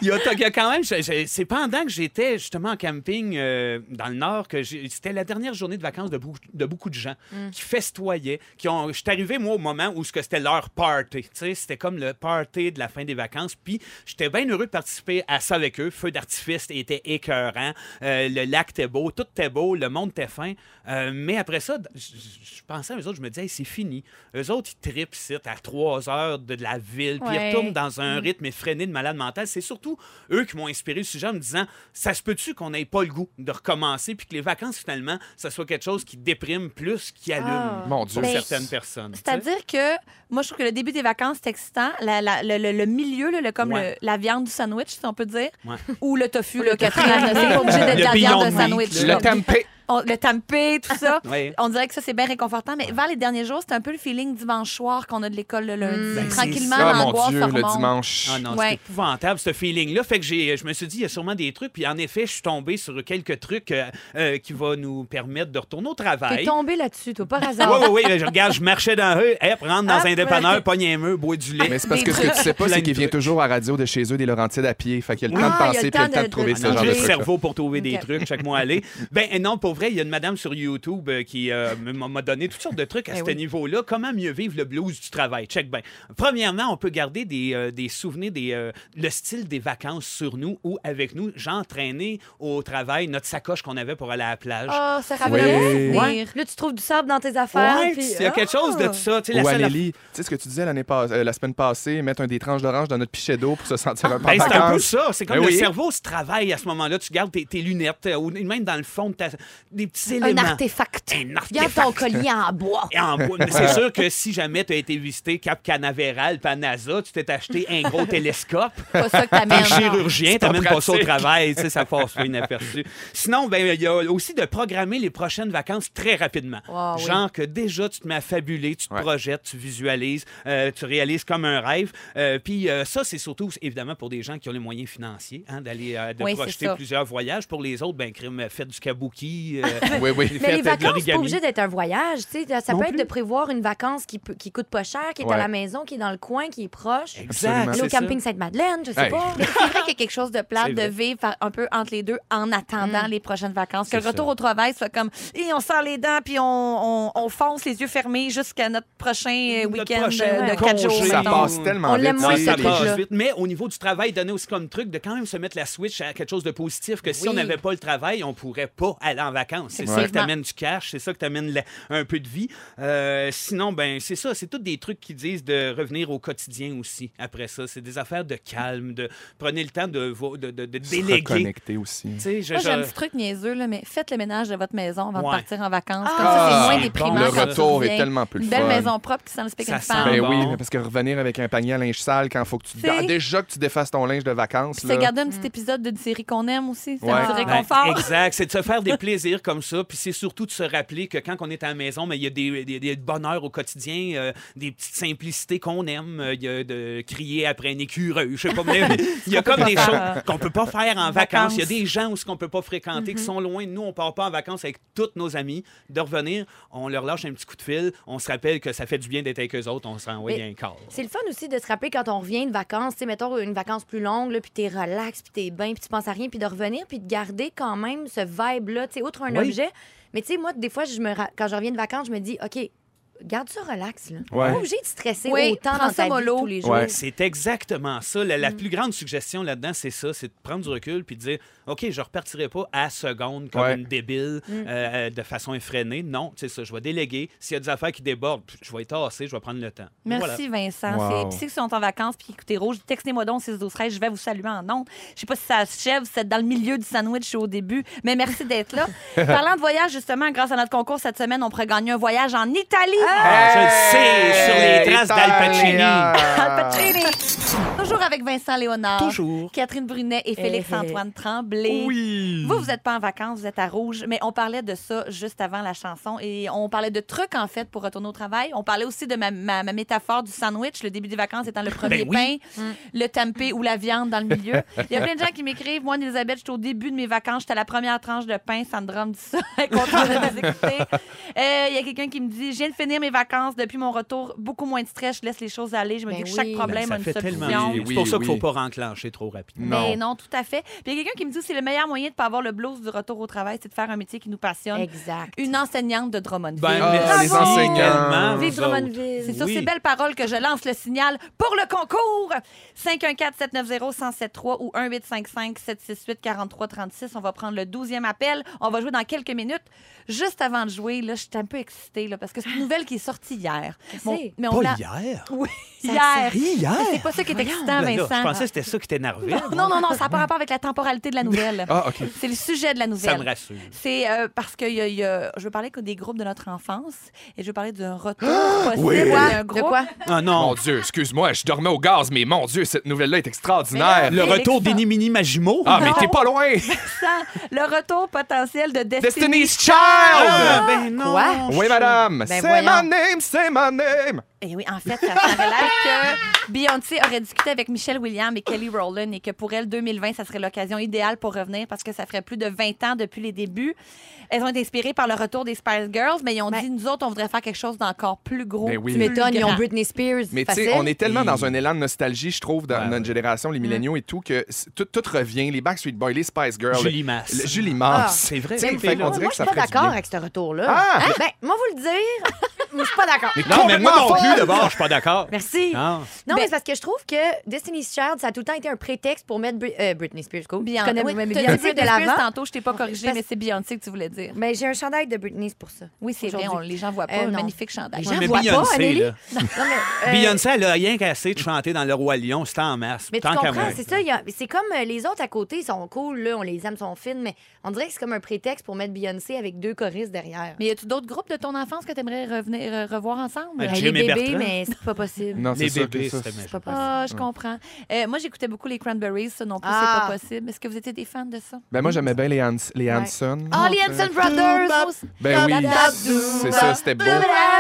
S4: il y a, il y a quand même... je- je- C'est pendant que j'étais justement en camping euh, dans le Nord que j'ai- c'était la dernière journée de vacances de beaucoup, de beaucoup de gens. gens qui festoyaient, qui ont. Je suis arrivé, moi, au moment où ce que c'était leur party. Tu sais, c'était comme le party de la fin des vacances. Puis j'étais bien heureux de participer à ça avec eux. Feu d'artifice était écœurant. Euh, le lac était beau. Tout était beau. Le monde était fin. Euh, mais après ça, d- j- j- je pensais à eux autres. Je me disais, Hey, c'est fini. Eux autres, ils trippent ici à trois heures de de la ville. Puis ils
S5: Ouais.
S4: retournent dans un rythme effréné de malade mental. C'est surtout eux qui m'ont inspiré le sujet en me disant ça se peut-tu qu'on n'ait pas le goût de recommencer puis que les vacances, finalement, ça soit quelque chose qui déprime plus qui allume
S5: Ah.
S3: Mon
S4: pour
S3: Dieu.
S2: Ben,
S4: certaines personnes. tu sais.
S2: C'est-à-dire que moi, je trouve que le début des vacances, c'est excitant. La- la- le, le- le milieu, là, le- comme
S4: Ouais.
S2: le- la viande du sandwich, si on peut dire,
S4: Ouais.
S2: ou le tofu, là, Catherine. C'est pas obligé d'être
S4: Le
S2: de la viande de
S4: Beyond Meat,
S2: sandwich.
S4: là.
S3: Le
S2: là.
S3: tempeh.
S2: On- le tempé, tout ça.
S4: Ouais.
S2: On dirait que ça, c'est bien réconfortant. Mais vers les derniers jours, c'est un peu le feeling dimanche soir qu'on a de l'école le lundi.
S4: Ben, c'est
S2: Tranquillement,
S4: ça,
S3: Ah, mon
S2: l'angoisse
S3: Dieu,
S2: se
S3: le
S2: remonte.
S3: dimanche.
S4: Ah non, c'est
S2: Ouais.
S4: épouvantable, ce feeling-là. Fait que j'ai, je me suis dit, il y a sûrement des trucs. Puis en effet, je suis tombé sur quelques trucs euh, euh, qui vont nous permettre de retourner au
S5: T'es
S4: travail.
S5: tombé là-dessus, toi, par
S4: Oui,
S5: hasard.
S4: oui, oui. Je regarde, je marchais dans la rue, hop, rentre dans
S2: Hop.
S4: un dépanneur, pogne un mur, bois du lait.
S3: Mais c'est parce
S2: Des
S3: que ce que tu sais pas,
S4: Plein
S3: c'est
S4: de
S3: qu'il vient
S4: trucs.
S3: toujours à la radio de chez eux des Laurentides à pied. Fait qu'il y a le
S4: Oui.
S3: temps de
S2: Ah, il y a
S3: penser
S2: le
S3: puis il y a le
S2: temps
S3: temps de
S2: de-
S3: trouver
S2: de-
S3: ce
S4: Ah non,
S3: genre
S4: j'ai
S3: de
S4: le
S2: trucs-là.
S3: truc.
S4: cerveau pour trouver des
S2: Ok.
S4: trucs chaque mois
S5: (laughs)
S4: aller. Ben euh, non, pour vrai, il y a une madame sur YouTube euh, qui euh, m- m'a donné toutes sortes de trucs à
S5: Ben
S2: Eh
S4: ce
S2: oui.
S4: niveau-là. Comment mieux vivre le blues du travail? Check bien. Premièrement, on peut garder des, euh, des souvenirs, des, euh, le style des vacances sur nous ou avec nous. J'entraînais au travail notre sacoche qu'on avait pour aller à la plage.
S5: Ah, ça
S3: Oui.
S5: rappelle des
S4: Ouais.
S5: souvenirs. Là, tu trouves du sable dans tes affaires.
S4: Ouais,
S5: puis- hein? ah!
S4: il y a quelque chose de tout ça. Tu sais,
S3: Ou
S4: la seule
S3: Amélie, tu sais ce que tu disais l'année pas- euh, la semaine passée, mettre un des tranches d'orange dans notre pichet d'eau pour se sentir un peu en
S4: Ben, c'est un peu
S3: vacances.
S4: ça. C'est comme
S3: Ben
S4: le
S3: oui.
S4: cerveau se travaille à ce moment-là. Tu gardes tes, tes lunettes euh, ou même dans le fond de ta, des petits
S5: Un
S4: éléments.
S5: artefact.
S4: Un
S5: Regarde
S4: artefact.
S5: ton collier en
S4: (laughs)
S5: bois.
S4: Et en bois. Mais c'est sûr que si jamais tu as été visiter Cap Canaveral, pas NASA, tu t'es acheté un
S2: (laughs)
S4: gros télescope.
S2: Pas ça que
S4: T'es
S2: t'amènes.
S4: chirurgien, t'as
S3: pas
S4: même pas ça au
S3: pratique.
S4: travail, tu sais, ça passe pas inaperçu. Sinon, ben, il y a aussi de programmer les prochaines vacances très rapidement.
S2: Ah oui.
S4: Genre que déjà, tu te mets à fabuler, tu te
S3: Ouais.
S4: projettes, tu visualises, euh, tu réalises comme un rêve. Euh, Puis euh, ça, c'est surtout, évidemment, pour des gens qui ont les moyens financiers, hein, d'aller euh, de
S2: Oui, c'est
S4: projeter
S2: ça.
S4: plusieurs voyages. Pour les autres, ben, crime, euh, faites du kabuki.
S2: (laughs)
S4: euh,
S3: Oui, oui.
S4: faites
S5: Mais les
S4: de
S5: vacances, c'est pas
S4: l'origami.
S5: obligé d'être un voyage. tu sais. Ça
S4: Non
S5: peut être
S4: plus.
S5: de prévoir une vacance qui, peut- qui coûte pas cher, qui est
S3: Ouais.
S5: à la maison, qui est dans le coin, qui est proche.
S4: Exact.
S3: Absolument.
S5: Aller au
S4: c'est ça.
S5: camping Sainte-Madeleine, je sais
S3: Hey.
S4: (laughs)
S5: pas.
S2: Mais c'est vrai qu'il y a quelque chose de
S4: C'est
S2: plate de
S4: vrai.
S2: vivre par- un peu entre les deux en attendant les prochaines vacances. Que le
S4: C'est
S2: retour
S4: ça.
S2: au travail soit comme et on sort les dents puis on, on- on fonce les yeux fermés jusqu'à notre prochain euh,
S4: Notre
S2: week-end
S4: prochain
S2: euh, de
S4: congé.
S2: quatre jours.
S3: Ça
S4: mettons.
S3: passe tellement
S5: On
S3: vite.
S5: l'aime
S4: Non,
S5: moins,
S3: c'est
S4: ça
S5: ces
S3: les-
S4: passe
S5: trucs-là.
S4: vite. Mais au niveau du travail, donner aussi comme truc de quand même se mettre la switch à quelque chose de positif, que si
S2: Oui.
S4: on n'avait pas le travail, on pourrait pas aller en vacances. C'est ça qui
S2: Effectivement.
S4: t'amène du cash, c'est ça qui t'amène la- un peu de vie. Euh, sinon, ben c'est ça, c'est tous des trucs qui disent de revenir au quotidien aussi après ça. C'est des affaires de calme, de prenez le temps de, vo- de, de, de
S3: Se
S4: déléguer.
S3: reconnecter aussi.
S4: Tu sais, je-
S2: Moi,
S4: je-
S2: j'ai un petit truc niaiseux, là, mais faites le ménage de votre maison avant
S4: Ouais.
S2: de partir en vacances.
S5: Ah,
S2: Comme ça,
S3: Ah,
S2: c'est moins
S4: c'est
S2: déprimant.
S4: bon,
S3: Le
S4: ça.
S2: quand tu
S3: retour est
S2: reviens.
S3: tellement plus
S2: Une
S3: le
S2: belle
S3: fun.
S2: maison propre qui sent le spic
S4: Ça
S2: and
S4: sent
S2: span.
S3: Ben
S4: bon.
S3: oui, mais parce que revenir avec un panier à linge sale quand faut que tu
S2: C'est-
S3: ah, déjà que tu défasses ton linge de vacances
S2: Puis
S3: là.
S2: c'est garder un
S4: Mm.
S2: petit épisode d'une série qu'on aime aussi. C'est
S3: Ouais.
S2: un petit
S4: Ben,
S2: réconfort.
S4: exact, c'est de se faire (laughs) des plaisirs comme ça, puis c'est surtout de se rappeler que quand on est à la maison, mais il y a des, des, des bonheurs au quotidien, euh, des petites simplicités qu'on aime, euh, il y a de crier après un écureuil, je sais (laughs) pas, mais il y a comme des choses qu'on peut pas faire en vacances. Mm-hmm. Il y a des gens où ce qu'on peut pas fréquenter, qui sont loin de nous, on part pas en vacances avec tous nos amis, de revenir, on leur lâche un petit coup de fil, on se rappelle que ça fait du bien d'être avec eux autres, on s'envoie
S5: Mais-
S4: un corps.
S5: C'est le fun aussi de se rappeler quand on revient de vacances, tu sais, mettons une vacance plus longue, là, puis t'es relax, puis t'es bien, puis tu penses à rien, puis de revenir, puis de garder quand même ce vibe-là, tu sais, outre un
S4: Oui.
S5: objet. Mais tu sais, moi, des fois, je me ra- quand je reviens de vacances, je me dis, OK, garde ça relax, là.
S3: Ouais.
S5: Pas obligé de stresser
S2: Oui,
S5: autant
S2: prends
S5: dans
S2: ça
S5: ta vie
S2: mollo.
S5: tous les jours.
S3: Ouais.
S4: C'est exactement ça. La, la
S2: Mm.
S4: plus grande suggestion là-dedans, c'est ça, c'est de prendre du recul puis de dire, OK, je repartirai pas à seconde comme
S3: Ouais.
S4: une débile
S2: Mm.
S4: euh, de façon effrénée. Non, c'est ça, je vais déléguer. S'il y a des affaires qui débordent, je vais être tasser, je vais prendre le temps. Voilà.
S2: Merci Vincent.
S3: Wow.
S2: C'est- Puis ceux qui sont en vacances puis qui écoutez Rouge, textez-moi donc 6 12 13, je vais vous saluer en ondes. Je sais pas si ça s'achève, c'est dans le milieu du sandwich au début, mais merci d'être là. Parlant de voyage justement, grâce à notre concours cette semaine, on pourrait gagner un voyage en Italie.
S4: Ah, je le sais, sur les
S3: Hey,
S4: traces d'Al Pacini.
S3: Italia.
S2: Al Pacini. Toujours avec Vincent Léonard.
S4: Ah. Toujours.
S2: Catherine Brunet et Félix-Antoine Tremblay.
S3: Oui.
S2: Vous, vous n'êtes pas en vacances, vous êtes à Rouge, mais on parlait de ça juste avant la chanson et on parlait de trucs, en fait, pour retourner au travail. On parlait aussi de ma, ma- ma métaphore du sandwich, le début des vacances étant le premier
S4: Ben oui.
S2: pain, le tempeh ou la viande dans le milieu. Il y a plein de gens qui m'écrivent. Moi, Elisabeth, j'étais au début de mes vacances, j'étais à la première tranche de pain. Sandra me dit (laughs) ça, elle est contente de nous écouter. Euh, Il y a quelqu'un qui me dit Je viens de finir mes vacances, depuis mon retour, beaucoup moins de stress, je laisse les choses aller. Je me dis
S5: Ben
S2: que chaque
S5: oui.
S2: problème
S4: Ben, ça
S2: a une
S4: fait
S2: solution.
S4: tellement bien.
S3: Oui,
S4: C'est
S3: oui,
S4: pour pour ça qu'il ne
S3: oui.
S4: faut pas renclencher trop rapidement.
S2: Mais Ben non, tout à fait. Puis il y a quelqu'un qui me dit c'est le meilleur moyen de ne pas avoir le blues du retour au travail, c'est de faire un métier qui nous passionne.
S5: Exact.
S2: Une enseignante de Drummondville.
S4: Ben,
S3: Ah,
S4: merci
S3: les
S2: Bravo!
S3: enseignants.
S4: tellement,
S2: Mm. Vive
S4: vous autres.
S2: Drummondville. C'est sur
S4: Oui.
S2: ces belles paroles que je lance le signal pour le concours. 514-790-1073 ou 1855-768-4336. On va prendre le 12e appel. On va jouer dans quelques minutes. Juste avant de jouer, là, je suis un peu excitée là, parce que c'est une nouvelle qui est sortie hier. Bon,
S5: c'est?
S2: mais on
S4: Pas
S2: l'a-
S4: hier.
S2: Oui, hier.
S4: Hier?
S2: C'est pas ça qui est excitant,
S4: Là, Ben là,
S2: Ah, Vincent.
S4: je pensais que c'était ça qui t'énervait.
S2: (laughs) Non, non, non, ça n'a pas rapport avec la temporalité de la nouvelle.
S3: Ah, OK.
S2: C'est le sujet de la nouvelle.
S4: Ça me rassure.
S2: C'est euh, parce que il y a- il y a- je veux parler que des groupes de notre enfance et je veux parler d'un retour possible
S3: oui.
S2: d'un
S5: De
S2: groupe.
S5: quoi?
S4: Ah non.
S3: Mon Dieu, excuse-moi, je dormais au gaz, mais mon Dieu, cette nouvelle-là est extraordinaire.
S4: Le
S2: Félix
S4: retour
S2: Fan-
S4: d'Enimini Magimo.
S3: Ah, mais t'es pas loin!
S2: Sans le retour potentiel de Destiny.
S3: Destiny's Child!
S4: Ah, ben non.
S5: Quoi?
S3: Oui, madame! c'est
S5: voyons.
S3: my name, c'est my name!
S2: Et Eh oui, en fait, ça ça avait l'air que Beyoncé aurait discuté avec Michelle Williams et Kelly Rowland et que pour elle, 2020, ça serait l'occasion idéale pour revenir parce que ça ferait plus de 20 ans depuis les débuts. Elles ont été inspirées par le retour des Spice Girls, mais ils ont
S5: Ben-
S2: dit, nous autres, on voudrait faire quelque chose d'encore plus gros.
S3: Ben oui.
S5: Tu m'étonnes,
S2: plus
S5: ils ont
S2: grand.
S5: Britney Spears.
S3: Mais tu
S5: facile.
S3: sais, on est tellement
S4: Et-
S3: dans un élan de nostalgie, je trouve, dans
S4: Ouais,
S3: notre
S4: ouais.
S3: génération, les milléniaux et tout, que c- tout, tout revient. Les Backstreet Boys, les Spice Girls.
S4: Julie Masse.
S3: le- Julie Masse.
S4: Ah, c'est vrai,
S3: Tu sais,
S4: oui,
S3: fait qu'on
S4: là.
S5: Moi,
S3: dirait
S5: moi,
S3: que
S5: je
S3: ça
S5: suis pas
S3: ferait du
S5: d'accord
S3: bien.
S5: avec ce retour-là.
S3: Ah!
S5: Hein? Ben, moi, vous
S3: (laughs)
S5: le dire, je suis pas d'accord.
S4: Non, mais
S3: Complètement
S4: moi non
S3: folle.
S4: plus, d'abord, je suis pas d'accord.
S5: Merci.
S3: Ah.
S4: Non.
S5: Non,
S2: Ben-
S5: mais c'est parce que je trouve que Destiny's Child, ça a tout le temps été un prétexte pour mettre Bri- euh, Britney Spears. Cool.
S2: Bien,
S5: Je connais
S2: oui,
S5: même
S2: t'as dit
S5: Beyoncé de
S2: Britney Spears
S5: l'avant.
S2: tantôt, je t'ai pas corrigé,
S5: Parce-
S2: mais c'est Beyoncé que tu voulais dire.
S5: Mais Ben, j'ai un chandail de Britney, c'est pour ça.
S2: Oui, c'est vrai,
S5: Aujourd'hui.
S2: on- les gens voient pas.
S5: Euh,
S2: un
S5: non.
S2: magnifique chandail.
S5: Les
S4: Ouais,
S5: gens
S4: mais
S5: voient pas,
S4: Beyoncé,
S5: Anneli.
S4: là.
S5: (laughs) Non, mais, euh,
S4: Beyoncé, elle a rien qu'assez de chanter dans Le Roi Lion, c'est en masse.
S5: Mais tu
S4: Tant qu'à moi.
S5: comprends, c'est ça. il y a- C'est comme euh, les autres à côté, ils sont cool, là, on les aime, ils sont fines, mais on dirait que c'est comme un prétexte pour mettre Beyoncé avec deux choristes derrière.
S2: Mais y a-tu d'autres groupes de ton enfance que t'aimerais revenir euh, revoir ensemble?
S4: Ben,
S5: Elle
S4: Jim et
S5: est bébé,
S4: Bertrand.
S5: mais c'est pas possible.
S3: (laughs) Non, Ah, c'est
S4: Les
S3: ça,
S4: bébés,
S3: c'est ça.
S4: c'était magique.
S5: C'est pas possible.
S2: Ah, je comprends. Euh, moi, j'écoutais beaucoup les Cranberries, ça non plus,
S5: Ah.
S2: c'est pas possible. Est-ce que vous étiez des fans de ça?
S3: Ben moi, j'aimais bien les, Hans- les Hanson.
S2: Ah, les Hanson Brothers! aussi.
S3: Ben
S5: Ah,
S3: oui,
S2: Blablabla.
S3: c'est ça, c'était beau.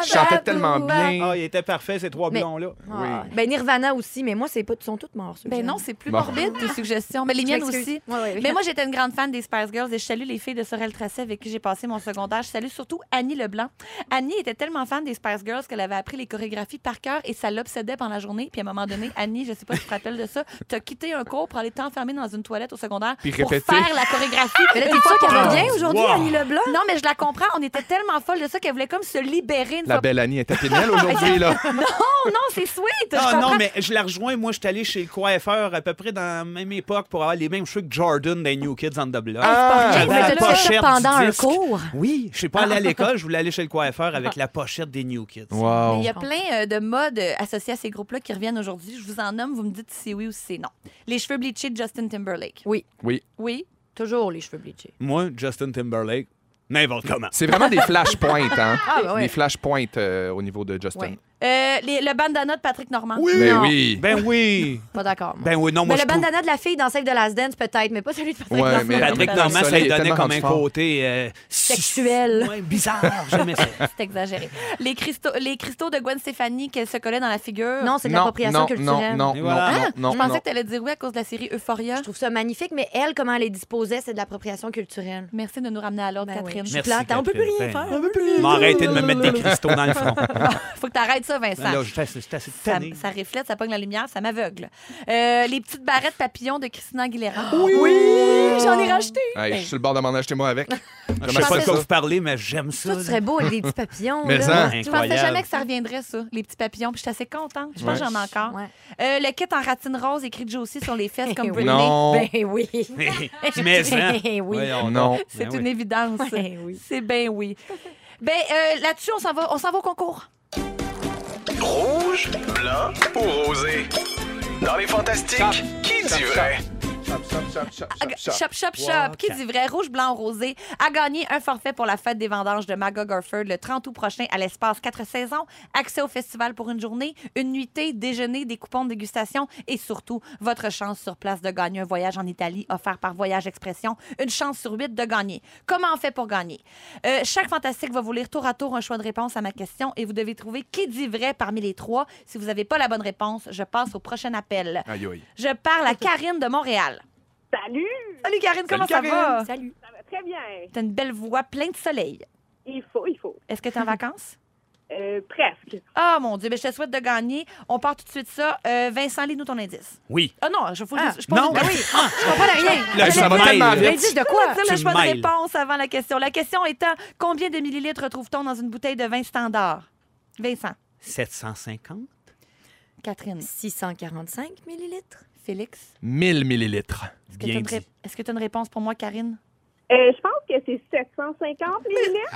S3: Je chantais tellement bien.
S4: Ah, il était parfait, ces trois
S5: Mais-
S4: blonds-là.
S5: Ah, Ben Nirvana aussi, mais moi, c'est pas, ils sont toutes morts. hein. ceux que
S2: Ben non,
S5: j'aime.
S2: c'est plus
S3: Bon.
S2: morbide, tes suggestions. Mais les
S5: Je
S2: miennes
S5: m'excuse.
S2: aussi.
S5: Ouais, ouais, ouais.
S2: Mais moi, j'étais une grande fan des Spice Girls et je salue les filles de Sorel Tracé avec qui j'ai passé mon secondaire. Je salue surtout Annie Leblanc. Annie était tellement fan des Spice Girls qu'elle avait appris les chorégraphies par cœur et ça l'obsédait pendant la journée. Puis à un moment donné, Annie, je sais pas si tu te rappelles de ça, t'as quitté un cours pour aller t'enfermer dans une toilette au secondaire
S3: Puis
S2: pour
S3: répéter.
S2: faire la chorégraphie.
S5: Mais là,
S2: Une
S5: t'es
S2: fois
S5: sûr qu'elle
S2: par
S5: va
S2: jour.
S5: bien aujourd'hui,
S4: Wow.
S5: Annie Leblanc?
S2: Non, mais je la comprends. On était tellement folle de ça qu'elle voulait comme se libérer une
S3: La
S2: fois.
S3: belle Annie était pénale aujourd'hui, là.
S2: Oh (laughs) non, c'est sweet. je
S4: Ah non,
S2: comprends.
S4: mais je la rejoins. Moi, je suis allé chez le coiffeur à peu près dans la même époque pour avoir les mêmes cheveux que Jordan des New Kids on the Block.
S3: Ah,
S5: Hey,
S4: J'avais
S5: mais
S4: la
S5: t'as-tu fait ça
S4: pochette du
S5: pendant un
S4: disque.
S5: cours? Ah.
S4: Oui, je suis pas allé à l'école, je voulais aller chez le coiffeur avec la pochette des New Kids.
S2: Mais
S3: Wow.
S2: Il y a plein euh, de modes euh, associés à ces groupes-là qui reviennent aujourd'hui. Je vous en nomme, vous me dites si c'est oui ou si c'est non. Les cheveux bleachés de Justin Timberlake.
S5: Oui,
S3: Oui.
S2: Oui.
S5: toujours les cheveux bleachés.
S4: Moi, Justin Timberlake, n'importe comment.
S3: C'est vraiment des flashpoints, hein?
S5: Ah, ben ouais.
S3: Des flashpoints euh, au niveau de Justin.
S5: Ouais.
S2: Euh, les- le bandana de Patrick Normand.
S3: Ben
S5: Non.
S3: oui.
S4: Ben oui.
S5: Pas d'accord. moi.
S4: Ben oui, non, moi,
S5: mais
S4: je
S5: le
S4: trouve-
S5: bandana de la fille dans Save de Last Dance, peut-être, mais pas celui de Patrick
S3: Ouais,
S5: Norman.
S3: mais-
S4: Patrick
S3: Mais-
S4: Normand, ça
S3: Soleil
S4: lui
S3: Euh, est
S4: donnait
S3: tellement
S4: comme
S3: rendu
S4: un
S3: fort.
S4: côté... euh,
S5: Sexuel.
S4: Ouais, bizarre, j'aimais ça.
S2: C'est exagéré. Les cristaux, les cristaux de Gwen Stefani qu'elle se collait dans la figure.
S5: Non, c'est de
S3: Non,
S5: l'appropriation
S3: non,
S5: culturelle.
S3: non, non,
S4: Et
S3: non,
S4: voilà.
S3: non,
S2: Ah,
S3: non,
S2: je pensais
S3: non.
S2: que tu allais dire oui à cause de la série Euphoria.
S5: Je trouve ça magnifique, mais elle, comment elle les disposait, c'est de l'appropriation culturelle.
S2: Merci de nous ramener à l'ordre,
S5: Ben oui.
S2: Catherine.
S5: Je
S2: Il
S5: suis plate, on peut plus rien faire,
S4: On peut plus rien Arrêtez de me mettre des cristaux dans le front.
S2: Faut que tu arrêtes ça, Vincent.
S3: Ben
S4: Là, je suis assez- je suis assez
S2: ça,
S4: tanné.
S2: ça reflète, ça pogne la lumière, ça m'aveugle. Euh, les petites barrettes papillons de Christina Aguilera. Oui, j'en ai racheté. Ben,
S3: Hey, je suis sur le bord de m'en acheter moi avec.
S4: Je sais pas de
S2: pensais-
S4: quoi vous parlez, mais j'aime ça.
S5: Ça, tu serais beau avec des petits papillons.
S3: Mais hein?
S5: là.
S3: ça.
S5: partout.
S2: Je pensais
S4: Incroyable.
S2: jamais que ça reviendrait, ça, les petits papillons. Puis je suis assez contente. Je pense
S3: Ouais.
S2: que j'en ai
S4: hein.
S2: encore.
S5: Ouais.
S2: Euh, le kit en ratine rose écrit de aussi sur les fesses comme
S5: (laughs) Eh oui.
S2: Britney.
S3: Non.
S5: Ben oui.
S2: (laughs)
S4: Mais hein.
S5: Eh oui.
S4: Voyons
S3: Non.
S4: donc.
S2: C'est
S4: Ben
S2: une
S4: oui.
S2: évidence.
S5: (laughs) Ouais, oui.
S2: C'est bien oui. Ben euh, là-dessus, on s'en va, on s'en va au concours.
S1: Rouge, blanc ou rosé? Dans les fantastiques, qui dit vrai?
S2: Shop, shop, shop.
S4: Wow,
S2: Qui
S4: ok.
S2: dit vrai? Rouge, blanc, rosé. A gagné un forfait pour la fête des vendanges de Magog Orford le 30 août prochain à l'espace 4 saisons. Accès au festival pour une journée, une nuitée, déjeuner, des coupons de dégustation et surtout votre chance sur place de gagner un voyage en Italie offert par Voyage Expression. Une chance sur huit de gagner. Comment on fait pour gagner? Euh, chaque fantastique va vous lire tour à tour un choix de réponse à ma question et vous devez trouver qui dit vrai parmi les trois. Si vous n'avez pas la bonne réponse, je passe au prochain appel.
S3: Aïe, aïe.
S2: Je parle à Karine de Montréal.
S7: Salut!
S2: Salut Karine, comment
S4: Salut,
S2: ça va?
S5: Salut.
S7: Ça va très bien.
S2: T'as une belle voix, plein de soleil.
S7: Il faut, il faut.
S2: (laughs) Est-ce que t'es en vacances?
S8: Euh, presque.
S2: Ah, mon Dieu, mais je te souhaite de gagner. On part tout de suite ça. Euh, Vincent, lis-nous ton indice.
S4: Oui.
S2: Ah non, je, faut
S5: Ah.
S2: juste- je pose
S4: Non.
S2: une- Ah oui, je comprends rien.
S4: Le-
S3: ça va
S4: mail.
S3: tellement vite.
S5: L'indice de quoi?
S2: dire le
S4: Tu
S2: choix de
S4: mêles.
S2: réponse avant la question. La question étant combien de millilitres retrouve-t-on dans une bouteille de vin standard? Vincent,
S4: 750?
S2: Catherine,
S5: 645 millilitres.
S2: Félix.
S3: 1000 millilitres.
S2: Est-ce que tu as,
S4: Bien
S2: une,
S4: dit.
S2: ré- est-ce que t'as une réponse pour moi, Karine?
S8: Euh, je pense que c'est 750 millilitres.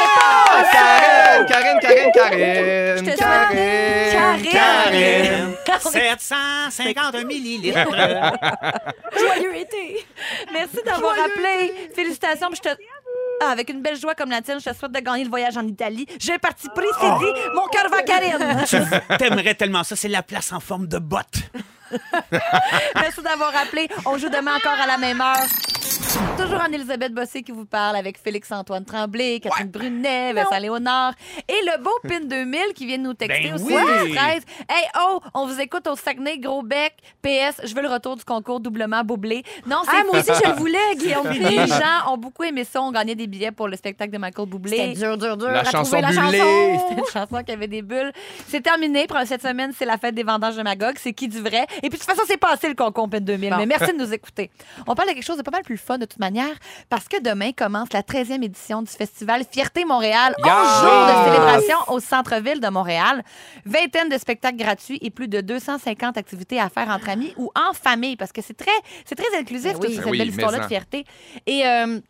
S3: Ah, Karine, Karine, Karine,
S2: Je
S3: Karine.
S2: te souhaite- (laughs) Karine.
S4: 750 millilitres.
S2: (laughs)
S5: Joyeux été!
S2: Merci d'avoir appelé. Félicitations. puis je te- Ah, avec une belle joie comme la tienne, je te souhaite de gagner le voyage en Italie. J'ai un parti pris, c'est
S4: Oh.
S2: dit. Mon cœur va à
S4: (laughs)
S2: Karine.
S4: Tu T'aimerais tellement ça, c'est la place en forme de botte.
S2: Merci d'avoir appelé. On joue demain encore à la même heure. Toujours Anne-Elisabeth Bossé qui vous parle avec Félix-Antoine Tremblay, Catherine Brunet, Vincent Léonard et le beau Pin 2000 qui vient de nous texter
S4: Ben
S2: aussi.
S4: oui!
S2: Hey, oh, on vous écoute au Saguenay, Gros Bec. PS, je veux le retour du concours doublement boublé. Non, c'est
S5: Ah, moi aussi, je le voulais, Guillaume.
S2: fini. Les gens ont beaucoup aimé ça. On gagnait des billets pour le spectacle de Michael
S5: C'était
S2: Boublé.
S5: dur, dur, dur.
S3: La
S5: à
S3: chanson
S5: trouver la
S3: bullée.
S5: chanson.
S2: C'était une chanson (laughs) qui avait des bulles. C'est terminé. Pour cette semaine, c'est la fête des vendanges de Magog. C'est qui du vrai? Et puis, de toute façon, c'est passé le concours Pin 2000.
S5: Bon.
S2: Mais merci de nous écouter. On parle de quelque chose de pas mal plus fun, de toute manière, parce que demain commence la 13e édition du festival Fierté Montréal.
S3: Yes!
S2: 11 jours de célébration au centre-ville de Montréal. Vingtaine de spectacles gratuits et plus de 250 activités à faire entre amis ou en famille, parce que c'est très, c'est très inclusif,
S5: Ben oui.
S2: toute cette
S3: Ben oui,
S2: belle
S3: mais
S2: histoire-là de
S3: ça.
S2: fierté. Et... euh,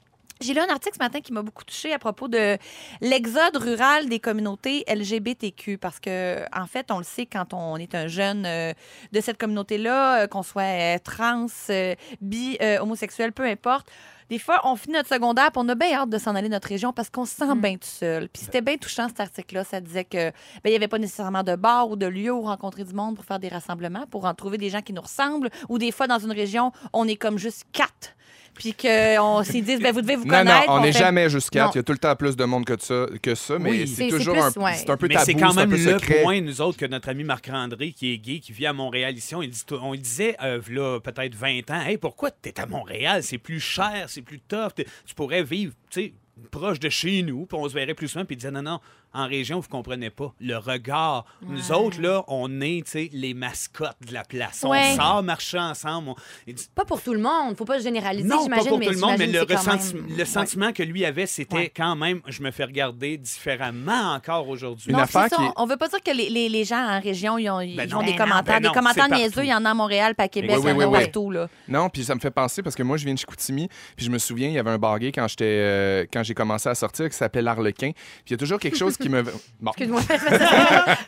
S2: j'ai lu un article ce matin qui m'a beaucoup touchée à propos de l'exode rural des communautés LGBTQ. Parce que, en fait, on le sait, quand on est un jeune euh, de cette communauté-là, euh, qu'on soit euh, trans, euh, bi, euh, homosexuel, peu importe, des fois, on finit notre secondaire puis on a bien hâte de s'en aller de notre région parce qu'on se
S4: Mm.
S2: sent bien tout seul. Puis
S3: Ben.
S2: c'était bien touchant, cet article-là. Ça disait que ben, il n'y avait pas nécessairement de bar ou de lieu où rencontrer du monde pour faire des rassemblements, pour en trouver des gens qui nous ressemblent. Ou des fois, dans une région, on est comme juste quatre. Puis
S3: (laughs)
S2: qu'on s'y dit, ben, vous devez vous
S3: Non, non,
S2: connaître.
S3: on n'est
S2: fait-
S3: jamais jusqu'à.
S2: Non.
S3: Il y a tout le temps plus de monde que ça, que ça mais
S4: Oui.
S3: c'est
S5: C'est- c'est
S3: toujours
S5: plus,
S3: un,
S5: ouais.
S3: c'est un peu
S4: Mais
S3: tabou,
S4: c'est quand
S3: un
S4: même
S3: peu
S4: le
S3: secret.
S4: point, nous autres, que notre ami Marc-André, qui est gay, qui vit à Montréal ici, on, le dit- on le disait, euh, v'là peut-être 20 ans, hey, pourquoi t'es à Montréal? C'est plus cher, c'est plus tough. t'es- Tu pourrais vivre, tu sais, proche de chez nous, puis on se verrait plus souvent, puis il disait, non, non, en région, vous comprenez pas. Le regard. Nous autres, là, on est, tu sais, les mascottes de la place.
S2: Ouais.
S4: On sort marcher ensemble. on- il dit,
S5: Pas pour tout le monde. Faut pas généraliser,
S4: non, pas
S5: j'imagine.
S4: pour tout le monde, mais
S5: j'imagine
S4: le,
S5: que c'est quand
S4: ressenti-
S5: même-
S4: le sentiment que lui avait, c'était quand même, je me fais regarder différemment encore aujourd'hui.
S3: Une
S2: Non,
S3: affaire
S2: c'est ça.
S3: qui est-
S2: On veut pas dire que les, les- les gens en région, ils ont, ils
S4: Ben
S2: ont
S4: non.
S2: des
S4: Ben non,
S2: commentaires.
S4: ben non,
S2: des commentaires
S4: c'est partout. Ben
S2: niaiseux, il y en a à Montréal, puis à Québec,
S3: Oui,
S2: il y en
S3: oui,
S2: a
S3: oui, oui.
S2: partout. Là.
S3: Non, puis ça me fait penser parce que moi je viens de Chicoutimi, puis je me souviens il y avait un bar gay quand j'étais euh, quand j'ai commencé à sortir qui s'appelait l'Arlequin. Puis il y a toujours quelque chose
S5: (laughs)
S3: qui me bon.
S2: (laughs)
S5: Excuse-moi.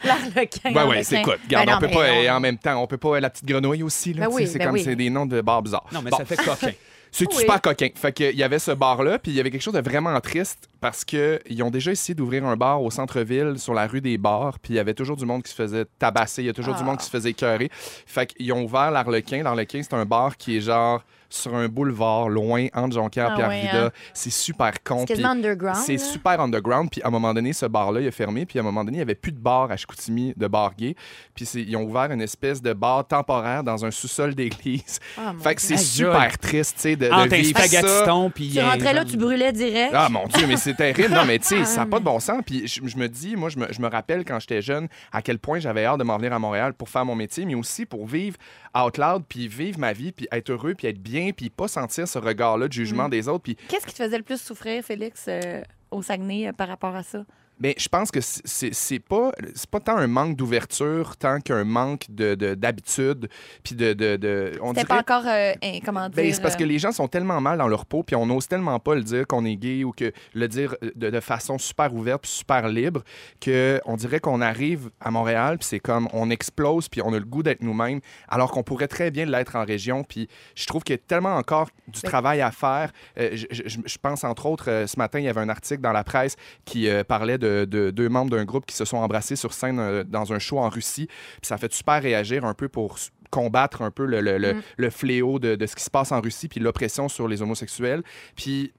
S5: L'arlequin.
S3: Ouais ouais, c'est quoi Regarde,
S5: Ben non,
S3: on peut
S5: mais
S3: pas
S5: non.
S3: et en même temps, on peut pas la petite grenouille aussi là,
S5: Ben
S3: tu
S5: oui,
S3: sais, c'est
S5: ben
S3: comme
S5: oui.
S3: c'est des noms de bars bizarres.
S4: Non, mais
S3: Bon.
S4: ça fait coquin.
S3: C'est
S5: Oui.
S3: super coquin. Fait que, il y avait ce bar-là, puis il y avait quelque chose de vraiment triste parce que ils ont déjà essayé d'ouvrir un bar au centre-ville, sur la rue des bars, puis il y avait toujours du monde qui se faisait tabasser, il y a toujours du monde qui se
S5: Ah.
S3: faisait écœurer. Fait qu'ils ont ouvert l'Arlequin. L'Arlequin, c'est un bar qui est genre sur un boulevard loin entre Jonquière
S2: Ah
S3: et Pierre
S2: ouais,
S3: Arvida. C'est super con.
S5: hein. C'est
S3: puis
S5: quasiment underground.
S3: C'est
S5: là.
S3: super underground. Puis à un moment donné, ce bar-là, il a fermé. Puis à un moment donné, il n'y avait plus de bar à Chicoutimi, de bar gay. Puis c'est- ils ont ouvert une espèce de bar temporaire dans un sous-sol d'église.
S5: Ah, mon
S3: fait que c'est
S4: Aïe,
S3: super triste, tu sais, de,
S4: Ah,
S3: de
S4: t'as un
S3: vivre ça.
S4: spaghettiston, puis...
S5: Tu
S4: euh,
S5: rentrais là, tu brûlais direct.
S3: Ah mon Dieu, mais c'est terrible. Non, mais tu sais, ça n'a pas
S4: Ah.
S3: de bon sens. Puis je, je me dis, moi, je me, je me rappelle quand j'étais jeune à quel point j'avais hâte de m'en venir à Montréal pour faire mon métier, mais aussi pour vivre out loud, puis vivre ma vie, puis être heureux, puis être bien, puis pas sentir ce regard-là de jugement
S4: Mm.
S3: des autres. Puis
S2: Qu'est-ce qui te faisait le plus souffrir, Félix, euh, au Saguenay, euh, par rapport à ça?
S3: Mais ben, je pense que c'est- c'est c'est pas c'est pas tant un manque d'ouverture tant qu'un manque de de- d'habitude puis de, de, de on
S2: C'était
S3: dirait
S2: pas encore, euh, hein, comment dire...
S3: Ben, c'est parce que
S2: euh,
S3: les gens sont tellement mal dans leur peau puis on n'ose tellement pas le dire qu'on est gay ou que le dire euh, de, de façon super ouverte puis super libre que on dirait qu'on arrive à Montréal puis c'est comme on explose puis on a le goût d'être nous-mêmes alors qu'on pourrait très bien l'être en région puis je trouve qu'il y a tellement encore
S2: Ben,
S3: du travail à faire Euh, je, je- je pense entre autres euh, ce matin il y avait un article dans la presse qui euh, parlait de, de- deux membres d'un groupe qui se sont embrassés sur scène euh, dans un show en Russie. Puis ça a fait super réagir un peu pour s- combattre un peu
S2: Mm.
S3: le, le- le- le fléau de, de ce qui se passe en Russie, puis l'oppression sur les homosexuels. Puis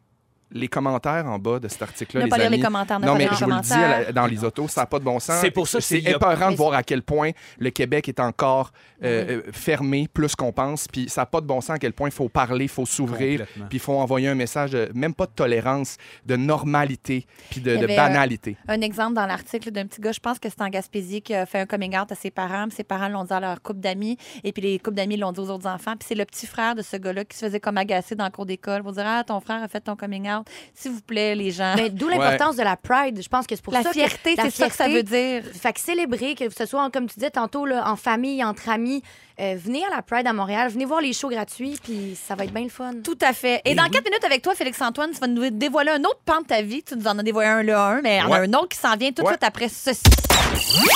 S3: les commentaires en bas de cet article-là.
S2: Ne pas
S3: les
S2: lire les
S3: amis.
S2: commentaires, ne
S3: Non,
S2: pas
S3: mais
S2: lire les
S3: je vous le dis
S2: commentaires.
S3: à la- dans les autos, ça n'a pas de bon sens.
S4: C'est pour ça que
S3: c'est
S4: c'est-
S3: épeurant de voir à quel point le Québec est encore euh, euh, fermé plus qu'on pense. Puis ça n'a pas de bon sens à quel point il faut parler, il faut s'ouvrir,
S4: Complètement.
S3: puis il faut envoyer un message de même pas de tolérance, de normalité, puis de,
S2: Il y
S3: de
S2: avait, euh,
S3: banalité.
S2: Un exemple dans l'article d'un petit gars, je pense que c'est en Gaspésie, qui a fait un coming out à ses parents. puis Ses parents l'ont dit à leur couple d'amis. Et puis les couples d'amis l'ont dit aux autres enfants. Puis c'est le petit frère de ce gars-là qui se faisait comme agacer dans le cours d'école pour dire Ah, ton frère a fait ton coming out. S'il vous plaît, les gens.
S5: Mais d'où l'importance de la pride. Je pense que c'est pour
S2: la
S5: ça que-
S2: fierté,
S5: la
S2: c'est ça que ça
S5: fierté,
S2: veut dire.
S5: Fait que célébrer, que ce soit, en- comme tu disais tantôt, là, en famille, entre amis, euh, venez à la Pride à Montréal, venez voir les shows gratuits, puis ça va être bien le fun.
S2: Tout à fait. Et dans quatre minutes avec toi, Félix-Antoine, tu vas nous dévoiler un autre pan de ta vie. Tu nous en as dévoilé un là, un, mais il y en a
S3: Ouais.
S2: un autre qui s'en vient tout de
S3: Ouais.
S2: suite après ceci.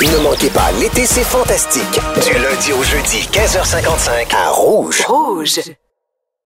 S9: Ne manquez pas, l'été, c'est fantastique. Du lundi au jeudi, 15h55, à Rouge. Rouge.